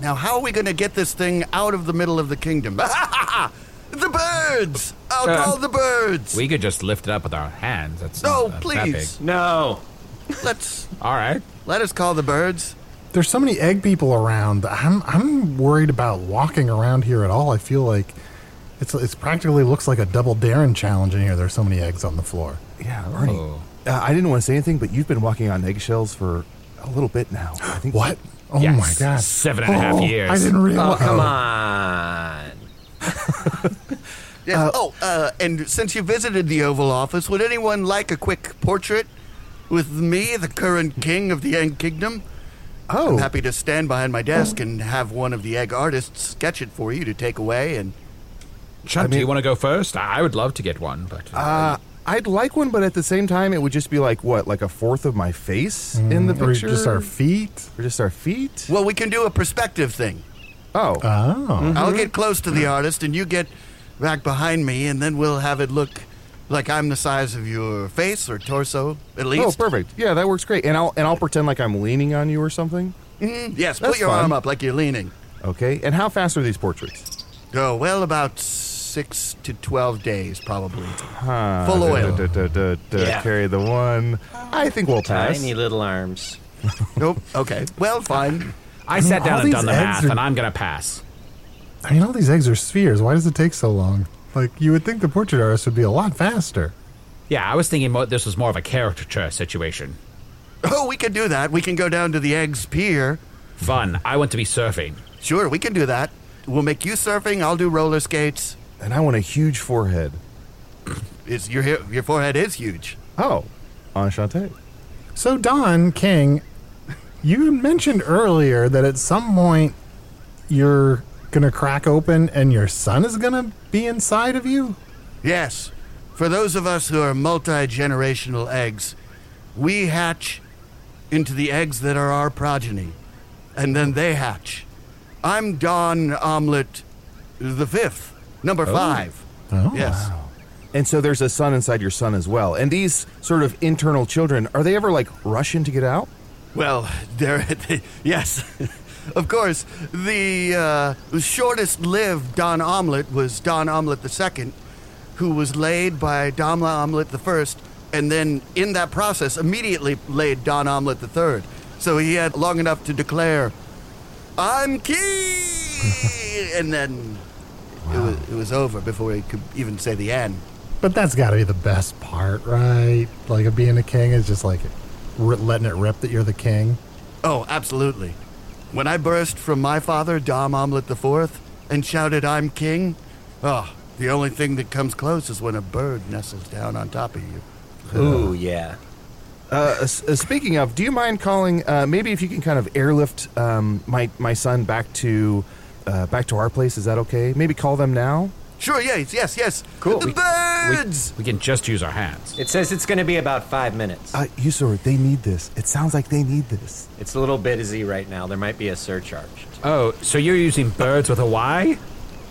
G: Now, how are we going to get this thing out of the middle of the kingdom? the birds! I'll
F: Uh,
G: call the birds!
F: We could just lift it up with our hands. That's not
G: No,
F: uh, that
G: please.
F: big. No.
G: Let's.
F: All right.
G: Let us call the birds.
D: There's so many egg people around. I'm I'm worried about walking around here at all. I feel like it's it's practically looks like a double Darren challenge in here. There's so many eggs on the floor.
E: Yeah, Arnie.
D: Oh.
E: Uh, I didn't want to say anything, but you've been walking on eggshells for a little bit now. I think
D: what? Oh my god!
F: Seven and a half
D: Oh,
F: years.
D: I didn't realize.
H: Oh, come on.
G: Yeah. oh, uh, and since you visited the Oval Office, would anyone like a quick portrait with me, the current king of the Egg Kingdom?
D: Oh,
G: I'm happy to stand behind my desk and have one of the egg artists sketch it for you to take away. And
F: Chuck, Uh, do you want to go first? I I would love to get one, but.
E: Uh, I'd like one, but at the same time, it would just be like what, like a fourth of my face in the
D: Mm, or
E: picture,
D: just our feet.
E: Or just our feet.
G: well, we can do a perspective thing.
E: Oh,
D: Oh,
G: I'll get close to the artist, and you get back behind me, and then we'll have it look like I'm the size of your face or torso, at
E: oh,
G: least.
E: perfect. Yeah, that works great. And I'll and I'll pretend like I'm leaning on you or something.
G: Mhm. Yes, put
E: That's
G: your
E: fun.
G: arm up like you're leaning.
E: Okay. And how fast are these portraits?
G: Oh, well, about six to 12 days, probably.
E: Huh.
G: Full oil.
E: Duh, duh, duh, duh, duh.
H: Yeah.
E: Carry the one. I think we'll pass.
H: Tiny little arms.
G: Uh, nope. Okay. Well, fine.
F: I sat
D: all
F: down and
D: these
F: done the math,
D: eggs are-
F: and I'm going to pass.
D: I mean, all these eggs are spheres. Why does it take so long? Like you would think the portrait artist would be a lot faster.
F: Yeah, I was thinking mo- this was more of a caricature situation.
G: Oh, we can do that. We can go down to the eggs pier.
F: Fun. I want to be surfing.
G: Sure, we can do that. We'll make you surfing. I'll do roller skates.
E: And I want a huge forehead.
G: It's, your, your forehead is huge.
E: Oh, enchanté.
D: So, Don King, you mentioned earlier that at some point you're going to crack open and your son is going to be inside of you?
G: Yes. For those of us who are multi generational eggs, we hatch into the eggs that are our progeny, and then they hatch. I'm Don Omelette the fifth, number five.
D: Oh.
G: Yes.
E: And so there's a son inside your son as well. And these sort of internal children, are they ever like rushing to get out? Uh,
G: Well, there. yes, of course. The uh, shortest-lived Don Omelette was Don Omelette II, who was laid by Domla Omelette I, and then in that process, immediately laid Don Omelette III. So he had long enough to declare, "I'm king," and then it, was, it was over before he could even say the end.
D: But that's got to be the best part, right? Like, of being a king is just like r- letting it rip that you're the king.
G: Oh, absolutely. When I burst from my father, Dom Omelette the Fourth, and shouted, I'm king, oh, the only thing that comes close is when a bird nestles down on top of you.
H: Ooh, yeah.
E: Uh, s- uh, speaking of, do you mind calling? Uh, maybe if you can kind of airlift um, my my son back to uh, back to our place, is that okay? Maybe call them now.
G: Sure, yes, yes, yes.
H: Cool.
G: The
H: We-
G: birds!
F: We can just use our hands.
H: It says it's going to be about five minutes.
E: Uh, Usador, they need this. It sounds like they need this.
H: It's a little busy right now. There might be a surcharge.
F: Oh, so you're using birds with a Y?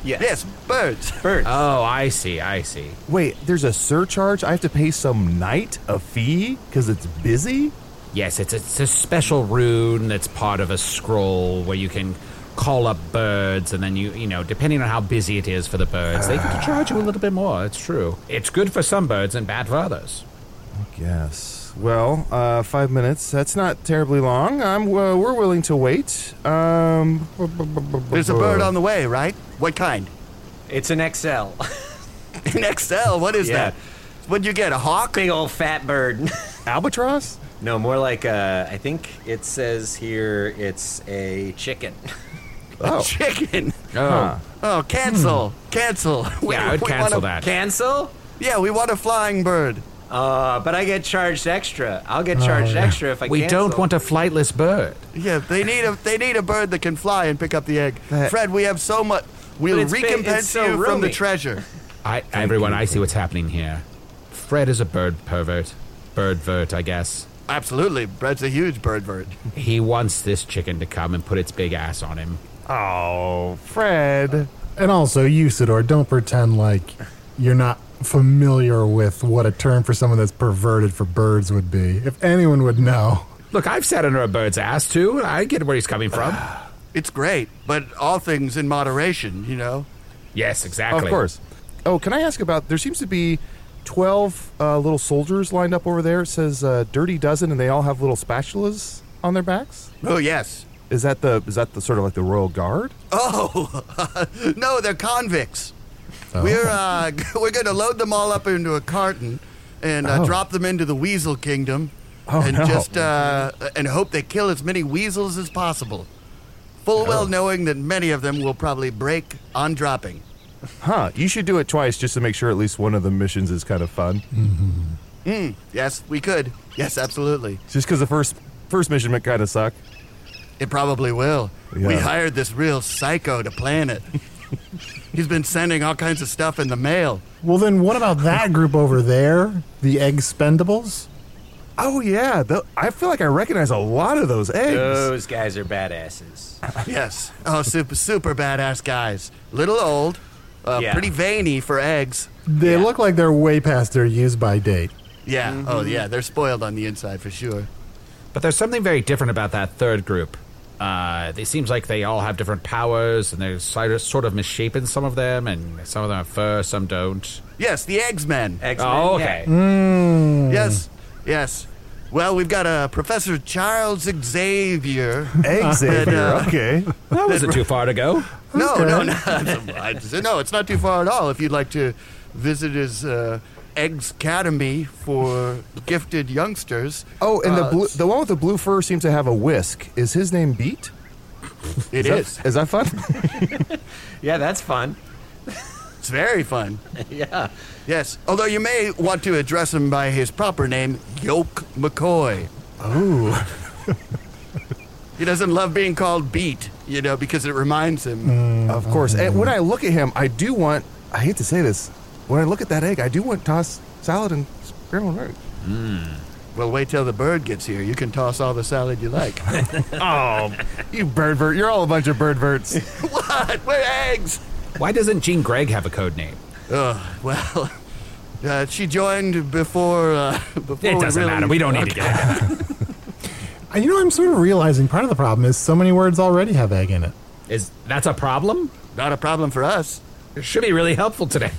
G: Yes. Yes, birds.
H: Birds. Oh, I see. I see.
E: Wait, there's a surcharge? I have to pay some night a fee because it's busy?
F: Yes, it's, it's a special rune that's part of a scroll where you can call up birds, and then you, you know, depending on how busy it is for the birds, they can charge you a little bit more. It's true. It's good for some birds and bad for others.
E: Yes. Well, uh, five minutes. That's not terribly long. I'm, uh, we're willing to wait. Um,
G: There's a bird on the way, right? What kind?
H: It's an XL.
G: an XL? What is
H: Yeah.
G: that? What'd you get? A hawk?
H: Big old fat bird.
E: Albatross?
H: No, more like uh, I think it says here it's a chicken.
G: A chicken.
H: Oh.
G: Oh, cancel. Cancel.
H: Hmm.
G: We-
H: Yeah, I would
G: we
H: cancel
G: wanna-
H: that. Cancel?
G: Yeah, we want a flying bird.
H: Uh, but I get charged extra. I'll
G: Oh,
H: get charged extra if I
F: we
H: cancel.
F: don't want a flightless bird.
G: Yeah, they need a they need a bird that can fly and pick up the egg. Fred, we have so much. We'll
H: it's big- it's
G: recompense
H: so
G: you from the
H: roomy.
G: treasure.
F: I, everyone, I see what's happening here. Fred is a bird pervert. Birdvert, I guess.
G: Absolutely, Fred's a huge bird bird.
F: He wants this chicken to come and put its big ass on him.
E: Oh, Fred.
D: And also, Usador, don't pretend like you're not familiar with what a term for someone that's perverted for birds would be. If anyone would know.
F: Look, I've sat under a bird's ass too. I get where he's coming from.
G: It's great, but all things in moderation, you know.
F: yes, exactly.
E: Of course. Oh, can I ask about? There seems to be twelve uh, little soldiers lined up over there. It says uh, "dirty dozen," and they all have little spatulas on their backs.
G: Oh yes.
E: Is that the is that the sort of like the royal guard?
G: Oh no, they're convicts.
E: Oh.
G: We're uh, we're gonna load them all up into a carton and uh,
E: Oh.
G: drop them into the Weasel Kingdom,
E: Oh,
G: and
E: no.
G: just uh, and hope they kill as many weasels as possible,
E: Oh.
G: full well knowing that many of them will probably break on dropping.
E: Huh. You should do it twice just to make sure at least one of the missions is kind of fun.
G: Mm-hmm. Mm, yes, we could. Yes, absolutely.
E: Just because the first first mission might kind of suck.
G: It probably will. We
E: Yeah.
G: hired this real psycho to plan it. He's been sending all kinds of stuff in the mail.
D: Well, then what about that group over there? The Expendables?
E: Oh yeah, tho- I feel like I recognize a lot of those eggs.
G: Uh,
H: Those guys are badasses.
G: Yes. Oh, super, super badass guys. Little old, uh,
H: Yeah.
G: pretty veiny for eggs.
D: They look like they're way past their use by date.
G: Yeah.
H: Mm-hmm.
G: Oh, yeah. They're spoiled on the inside for sure.
F: But there's something very different about that third group. Uh, it seems like they all have different powers, and they're sort of- sort of misshapen, some of them, and some of them have fur, some don't.
G: Yes, the eggs men.
H: X-Men,
F: Oh,
H: yeah.
F: okay.
E: Hmm.
G: Yes. Yes. Well, we've got uh, Professor Charles Xavier.
E: Egg Xavier.
G: uh,
E: okay.
F: That wasn't too far to go.
G: No, no, no. I said, no, it's not too far at all. If you'd like to visit his uh, Eggs Academy for gifted youngsters.
E: Oh, and
G: uh,
E: the blue, the one with the blue fur seems to have a whisk. Is his name Beat?
G: it
E: Is that-
G: is.
E: Is that fun?
H: Yeah, that's fun.
G: It's very fun.
H: Yeah.
G: Yes. Although you may want to address him by his proper name, Yoke McCoy.
D: Ooh.
G: He doesn't love being called Beat, you know, because it reminds him.
E: Of course. And when Mm, I look at him, I do want, I hate to say this, when I look at that egg, I do want tossed salad and scrambled eggs.
G: Well, wait till the bird gets here. You can toss all the salad you like.
E: Oh, you birdvert. You're all a bunch of birdverts.
G: what? We're eggs.
F: Why doesn't Jean Gregg have a code name?
G: Ugh, well, uh, she joined before. Uh, before
F: It doesn't
G: really-
F: matter. We don't need to get into that.
D: You know, I'm sort of realizing part of the problem is so many words already have egg in it.
F: Is that's a problem?
G: Not a problem for us.
F: It should be really helpful today.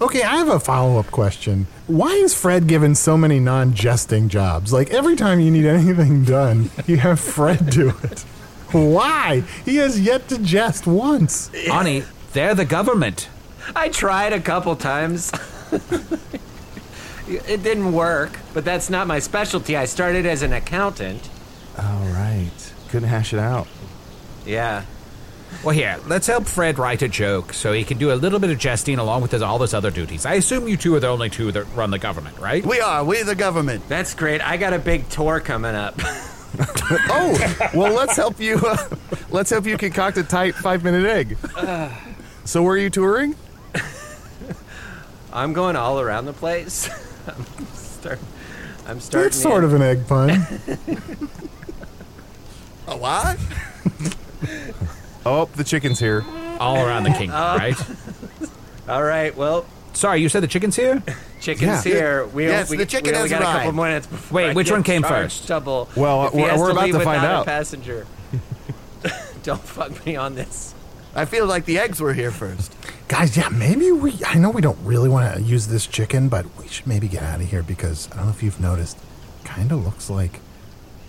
D: Okay, I have a follow up question. Why is Fred given so many non jesting jobs? Like every time you need anything done, you have Fred do it. Why? He has yet to jest once.
F: Ani, they're the government.
H: I tried a couple times. it didn't work, but that's not my specialty. I started as an accountant.
E: all right. Couldn't hash it out.
H: Yeah.
F: Well, here, let's help Fred write a joke so he can do a little bit of jesting along with his, all those other duties. I assume you two are the only two that run the government, right?
G: We are. We're the government.
H: That's great. I got a big tour coming up.
E: Oh, well, let's help you. Uh, let's help you concoct a tight five minute egg. So, were you touring?
H: I'm going all around the place. I'm, start, I'm starting.
D: That's sort
H: in-
D: of an egg pun.
G: A what?
E: Oh, the chicken's here.
F: all around the kingdom,
H: Oh.
F: right?
H: All right. Well,
F: sorry, you said the chicken's here.
H: Chicken's here. We we, we only got a couple more minutes. before
F: Wait,
H: I
F: which
H: get
F: one came
H: charged
F: first?
H: Double.
E: Well,
H: If he
E: we're-
H: has
E: we're about
H: leave
E: to find
H: without a
E: out.
H: passenger. Don't fuck me on this.
G: I feel like the eggs were here first.
D: Guys, yeah, maybe we. I know we don't really want to use this chicken, but we should maybe get out of here because I don't know if you've noticed, kind of looks like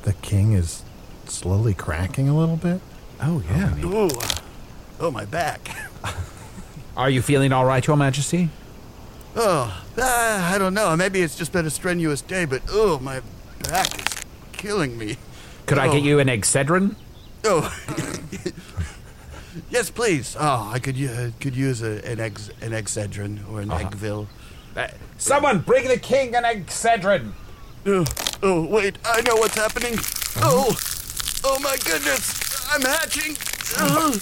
D: the king is slowly cracking a little bit.
E: Oh, yeah.
G: Ooh. Oh, my back.
F: Are you feeling all right, Your Majesty?
G: Oh, ah, I don't know. Maybe it's just been a strenuous day, but oh, my back is killing me.
F: Could I
G: Oh.
F: get you an egg cedron?
G: Oh. yes, please. Oh, I could u- uh, could use a, an ex an excedrin or an eggville.
F: Uh-huh. Someone bring the king an excedrin.
G: Oh, oh, wait! I know what's happening.
F: Uh-huh.
G: Oh, oh my goodness! I'm hatching. Oh,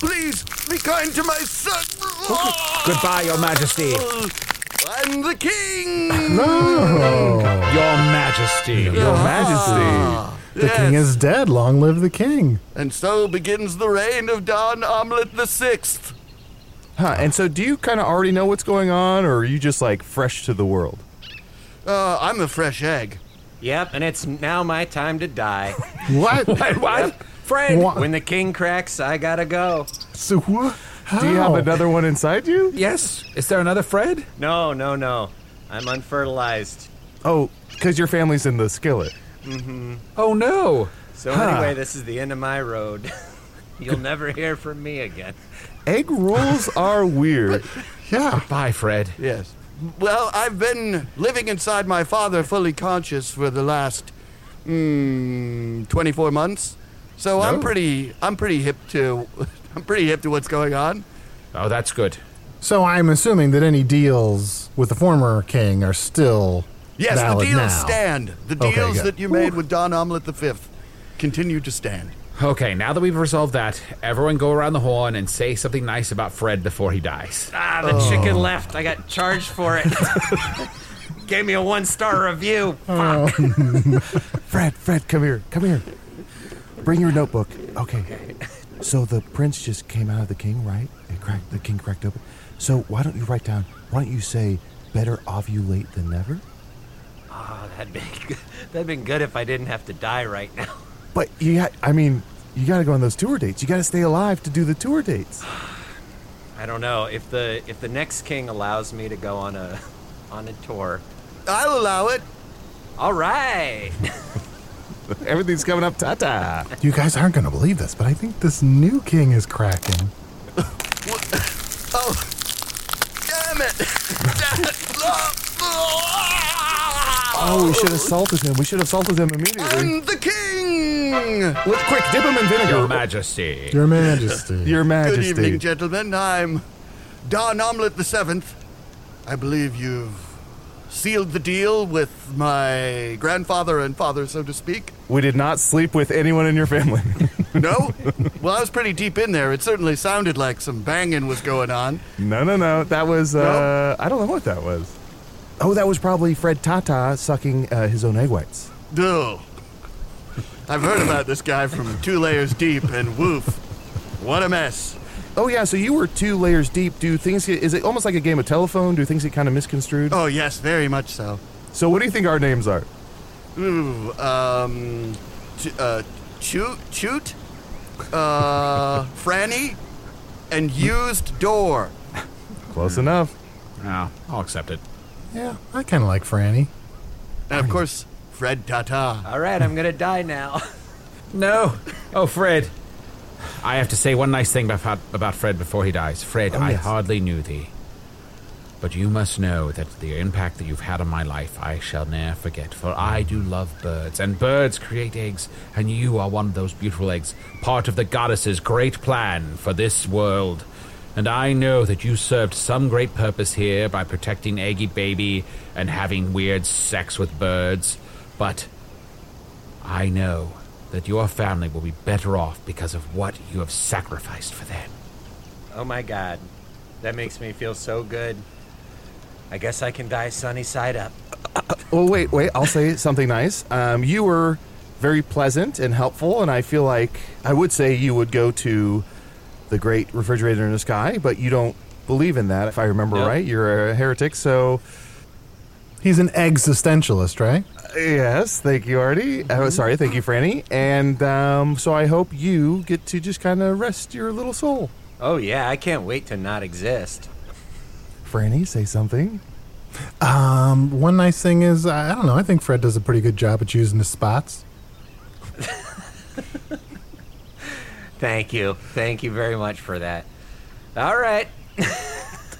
G: please be kind to my son. Oh,
F: Goodbye, Your Majesty.
G: I'm the king.
F: Oh. Your Majesty. Your
G: Ah,
D: The king
G: yes.
D: is dead. Long live the king.
G: And so begins the reign of Don Omelette the Sixth.
E: Huh. And so, do you kind of already know what's going on, or are you just like fresh to the world?
G: Uh, I'm a fresh egg.
H: Yep, and it's now my time to die.
D: What?
F: what? What?
H: Friend,
D: Wha-
H: when the king cracks, I gotta go.
D: So wha- how?
E: Do you have another one inside you?
F: Yes. Is there another Fred?
H: No, no, no. I'm unfertilized.
E: Oh, because your family's in the skillet.
F: Oh no.
H: Mm-hmm. So anyway, this is the end of my road. You'll never hear from me again.
E: Egg rolls are weird.
D: Yeah.
F: Bye, Fred.
G: Yes. Well, I've been living inside my father fully conscious for the last mm, 24 months. So I'm pretty I'm pretty hip to I'm pretty hip to what's going on.
F: Oh, that's good.
D: So I'm assuming that any deals with the former king are still
G: Yes, the
D: valid
G: deals
D: now.
G: stand. The
D: Okay,
G: deals
D: good.
G: that you made with Don Omelette the Fifth continue to stand.
F: Okay, now that we've resolved that, everyone go around the horn and say something nice about Fred before he dies.
H: Ah, the
F: Oh.
E: Oh.
H: chicken left. I got charged for it. Gave me a one star review.
G: Oh.
E: Fred, Fred, come here, come here. Bring your notebook. Okay. So the prince just came out of the king, right? It cracked, the king cracked open. So why don't you write down? Why don't you say, "Better ovulate than never"?
H: Oh, that'd been good. that'd been good if I didn't have to die right now.
E: But you, ha- I mean, you got to go on those tour dates. You got to stay alive to do the tour dates.
H: I don't know if the if the next king allows me to go on a on a tour.
G: I'll allow it.
H: All right.
E: Everything's coming up, tata.
D: You guys aren't going to believe this, but I think this new king is cracking.
G: Oh, damn it!
E: Oh, we should have salted him. We should have salted him immediately.
G: I'm the king.
E: With quick, dip him in
F: Your
E: vinegar.
F: Majesty.
D: Your Majesty.
E: Your
G: Good
E: Majesty.
G: evening, gentlemen. I'm Don Omelette the Seventh. I believe you've sealed the deal with my grandfather and father, so to speak.
E: We did not sleep with anyone in your family.
G: No? well, I was pretty deep in there. It certainly sounded like some banging was going on.
E: no, no, no. That was uh, I don't know what that was. Oh, that was probably Fred Tata sucking uh, his own egg whites.
G: Duh. I've heard about this guy from two layers deep, and woof, what a mess.
E: Oh yeah, so you were two layers deep. Do things get, is it almost like a game of telephone? Do things get kind of misconstrued?
G: Oh, yes, very much so.
E: So what do you think our names are?
G: Ooh, um, t- uh, Choot, Choot, uh, Franny, and Used Door.
E: Close enough.
F: Oh, I'll accept it.
D: yeah, I kind of like Franny.
G: And of course, Fred Tata.
H: All right, I'm gonna die now.
F: No. Oh, Fred. I have to say one nice thing about, about Fred before he dies. Fred, I
E: yes.
F: hardly knew thee. But you must know that the impact that you've had on my life I shall ne'er forget, for I do love birds, and birds create eggs, and you are one of those beautiful eggs, part of the goddess's great plan for this world. And I know that you served some great purpose here by protecting Eggy Baby and having weird sex with birds, but I know that your family will be better off because of what you have sacrificed for them.
H: Oh my god, that makes me feel so good. I guess I can die sunny side up.
E: Well, wait, wait. I'll say something nice. Um, you were very pleasant and helpful, and I feel like I would say you would go to the great refrigerator in the sky, but you don't believe in that, if I remember
D: Nope.
E: right. You're a heretic, so.
D: He's an existentialist, right?
E: Yes, thank you, Artie. Oh, sorry, thank you, Franny. And um, so I hope you get to just kind of rest your little soul.
H: Oh yeah, I can't wait to not exist.
E: Franny, say something.
D: Um, one nice thing is, I I don't know, I think Fred does a pretty good job at choosing his spots.
H: Thank you. Thank you very much for that. All right.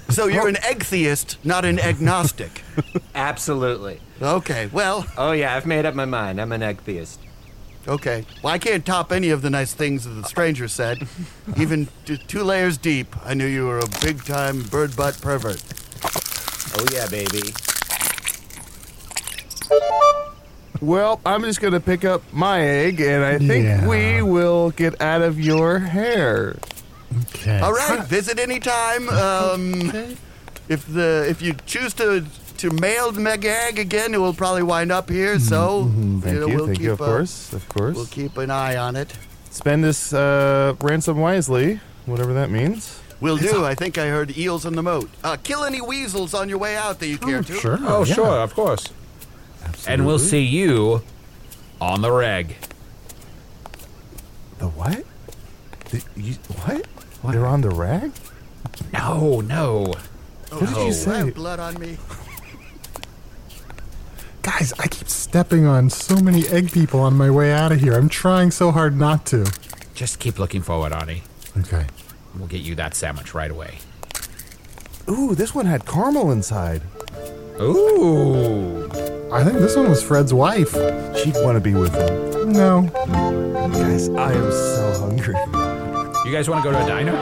G: So you're an eggtheist, not an agnostic.
H: Absolutely.
G: Okay, well.
H: Oh, yeah, I've made up my mind. I'm an eggtheist.
G: Okay. Well, I can't top any of the nice things that the stranger said. Even t- two layers deep, I knew you were a big time bird butt pervert.
H: Oh, yeah, baby.
E: Well, I'm just going to pick up my egg, and I think
G: Yeah.
E: we will get out of your hair.
D: Okay.
G: All right, visit anytime. Um, If the if you choose to to mail the mega egg again, it will probably wind up here. So
E: Mm-hmm. Thank you, thank you, of
G: uh,
E: course, of course.
G: We'll keep an eye on it.
E: Spend this uh, ransom wisely, whatever that means.
G: Will do. I think I heard eels in the moat. Uh, kill any weasels on your way out that you care to.
F: Oh, sure, of course. And we'll see
G: Absolutely.
F: you on the reg.
E: The what? The, you, what? They're on the rag?
F: No, no. Oh,
E: what did you
G: I
E: say?
G: have blood on me.
D: Guys, I keep stepping on so many egg people on my way out of here. I'm trying so hard not to.
F: Just keep looking forward, Arnie.
D: Okay.
F: We'll get you that sandwich right away.
E: Ooh, this one had caramel inside.
F: Ooh.
D: I think this one was Fred's wife.
E: She'd want to be with him.
D: No.
E: Guys, I am so hungry.
F: You guys want to go to a diner?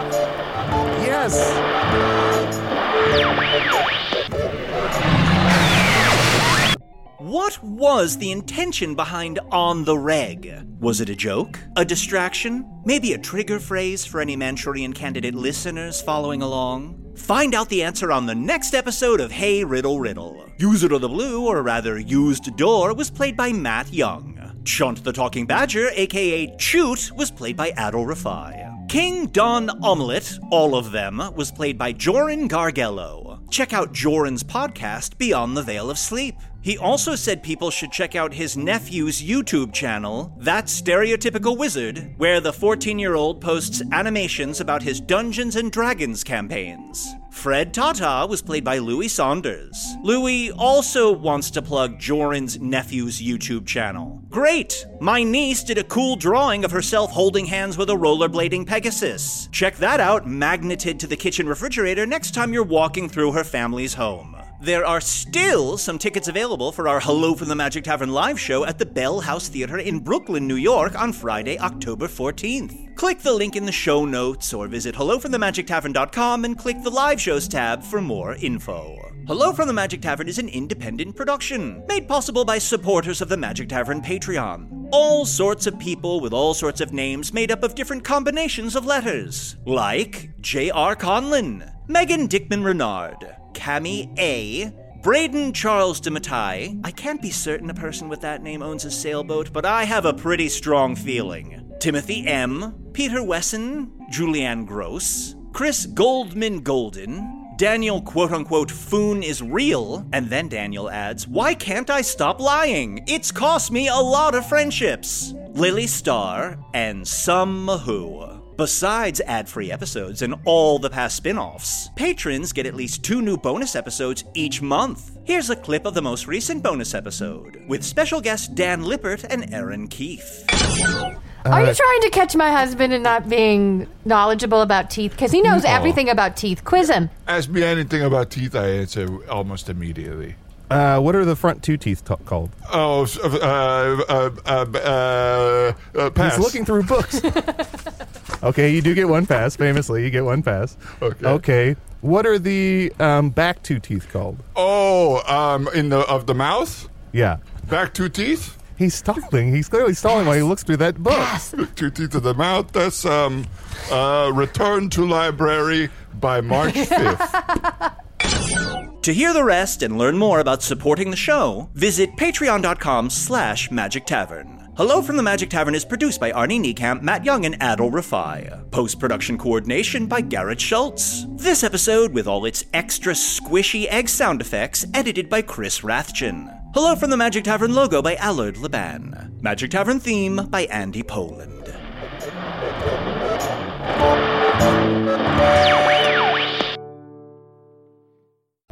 C: What was the intention behind On the Reg? Was it a joke? A distraction? Maybe a trigger phrase for any Manchurian candidate listeners following along? Find out the answer on the next episode of Hey Riddle Riddle. User of the Blue, or rather Used Door, was played by Matt Young. Chunt the Talking Badger, aka Chute, was played by Adol Rafai. King Don Omelette, all of them, was played by Joran Gargello. Check out Joran's podcast, Beyond the Veil of Sleep. He also said people should check out his nephew's YouTube channel, That Stereotypical Wizard, where the 14 year old posts animations about his Dungeons and Dragons campaigns. Fred Tata was played by Louis Saunders. Louis also wants to plug Joran's nephew's YouTube channel. Great! My niece did a cool drawing of herself holding hands with a rollerblading Pegasus. Check that out, magneted to the kitchen refrigerator, next time you're walking through her family's home. There are still some tickets available for our Hello from the Magic Tavern live show at the Bell House Theater in Brooklyn, New York on Friday, October 14th. Click the link in the show notes or visit hellofromthemagictavern.com and click the live shows tab for more info. Hello from the Magic Tavern is an independent production made possible by supporters of the Magic Tavern Patreon. All sorts of people with all sorts of names made up of different combinations of letters, like J.R. Conlin, Megan Dickman Renard, Cammy A. Braden Charles DeMattai. I can't be certain a person with that name owns a sailboat, but I have a pretty strong feeling. Timothy M., Peter Wesson, Julianne Gross, Chris Goldman Golden, Daniel quote unquote Foon is real, and then Daniel adds, Why can't I stop lying? It's cost me a lot of friendships. Lily Starr and some who. Besides ad free episodes and all the past spin offs, patrons get at least two new bonus episodes each month. Here's a clip of the most recent bonus episode with special guests Dan Lippert and Aaron Keefe.
K: Are
E: Uh,
L: Uh,
K: you trying to catch my husband and not being knowledgeable about teeth? Because he knows
L: No.
K: everything about teeth. Quiz him.
L: Ask me anything about teeth, I answer almost immediately.
E: Uh, what are the front two teeth t- called?
L: Oh, s- uh, uh, uh, uh, uh, pass.
E: He's looking through books. Okay, you do get one pass. Famously, you get one pass. Okay. Okay. What are the um, back two teeth called?
L: Oh, um, in the of the mouth,
E: Yeah.
L: back two teeth.
E: He's stalling. He's clearly stalling while he looks through that book.
L: Two teeth of the mouth. That's um, uh, return to library by March fifth.
C: To hear the rest and learn more about supporting the show, visit patreon.com slash magic tavern. Hello from the Magic Tavern is produced by Arnie Niekamp, Matt Young, and Adol Rafai. Post production coordination by Garrett Schultz. This episode, with all its extra squishy egg sound effects, edited by Chris Rathjen. Hello from the Magic Tavern logo by Allard Leban. Magic Tavern theme by Andy Poland.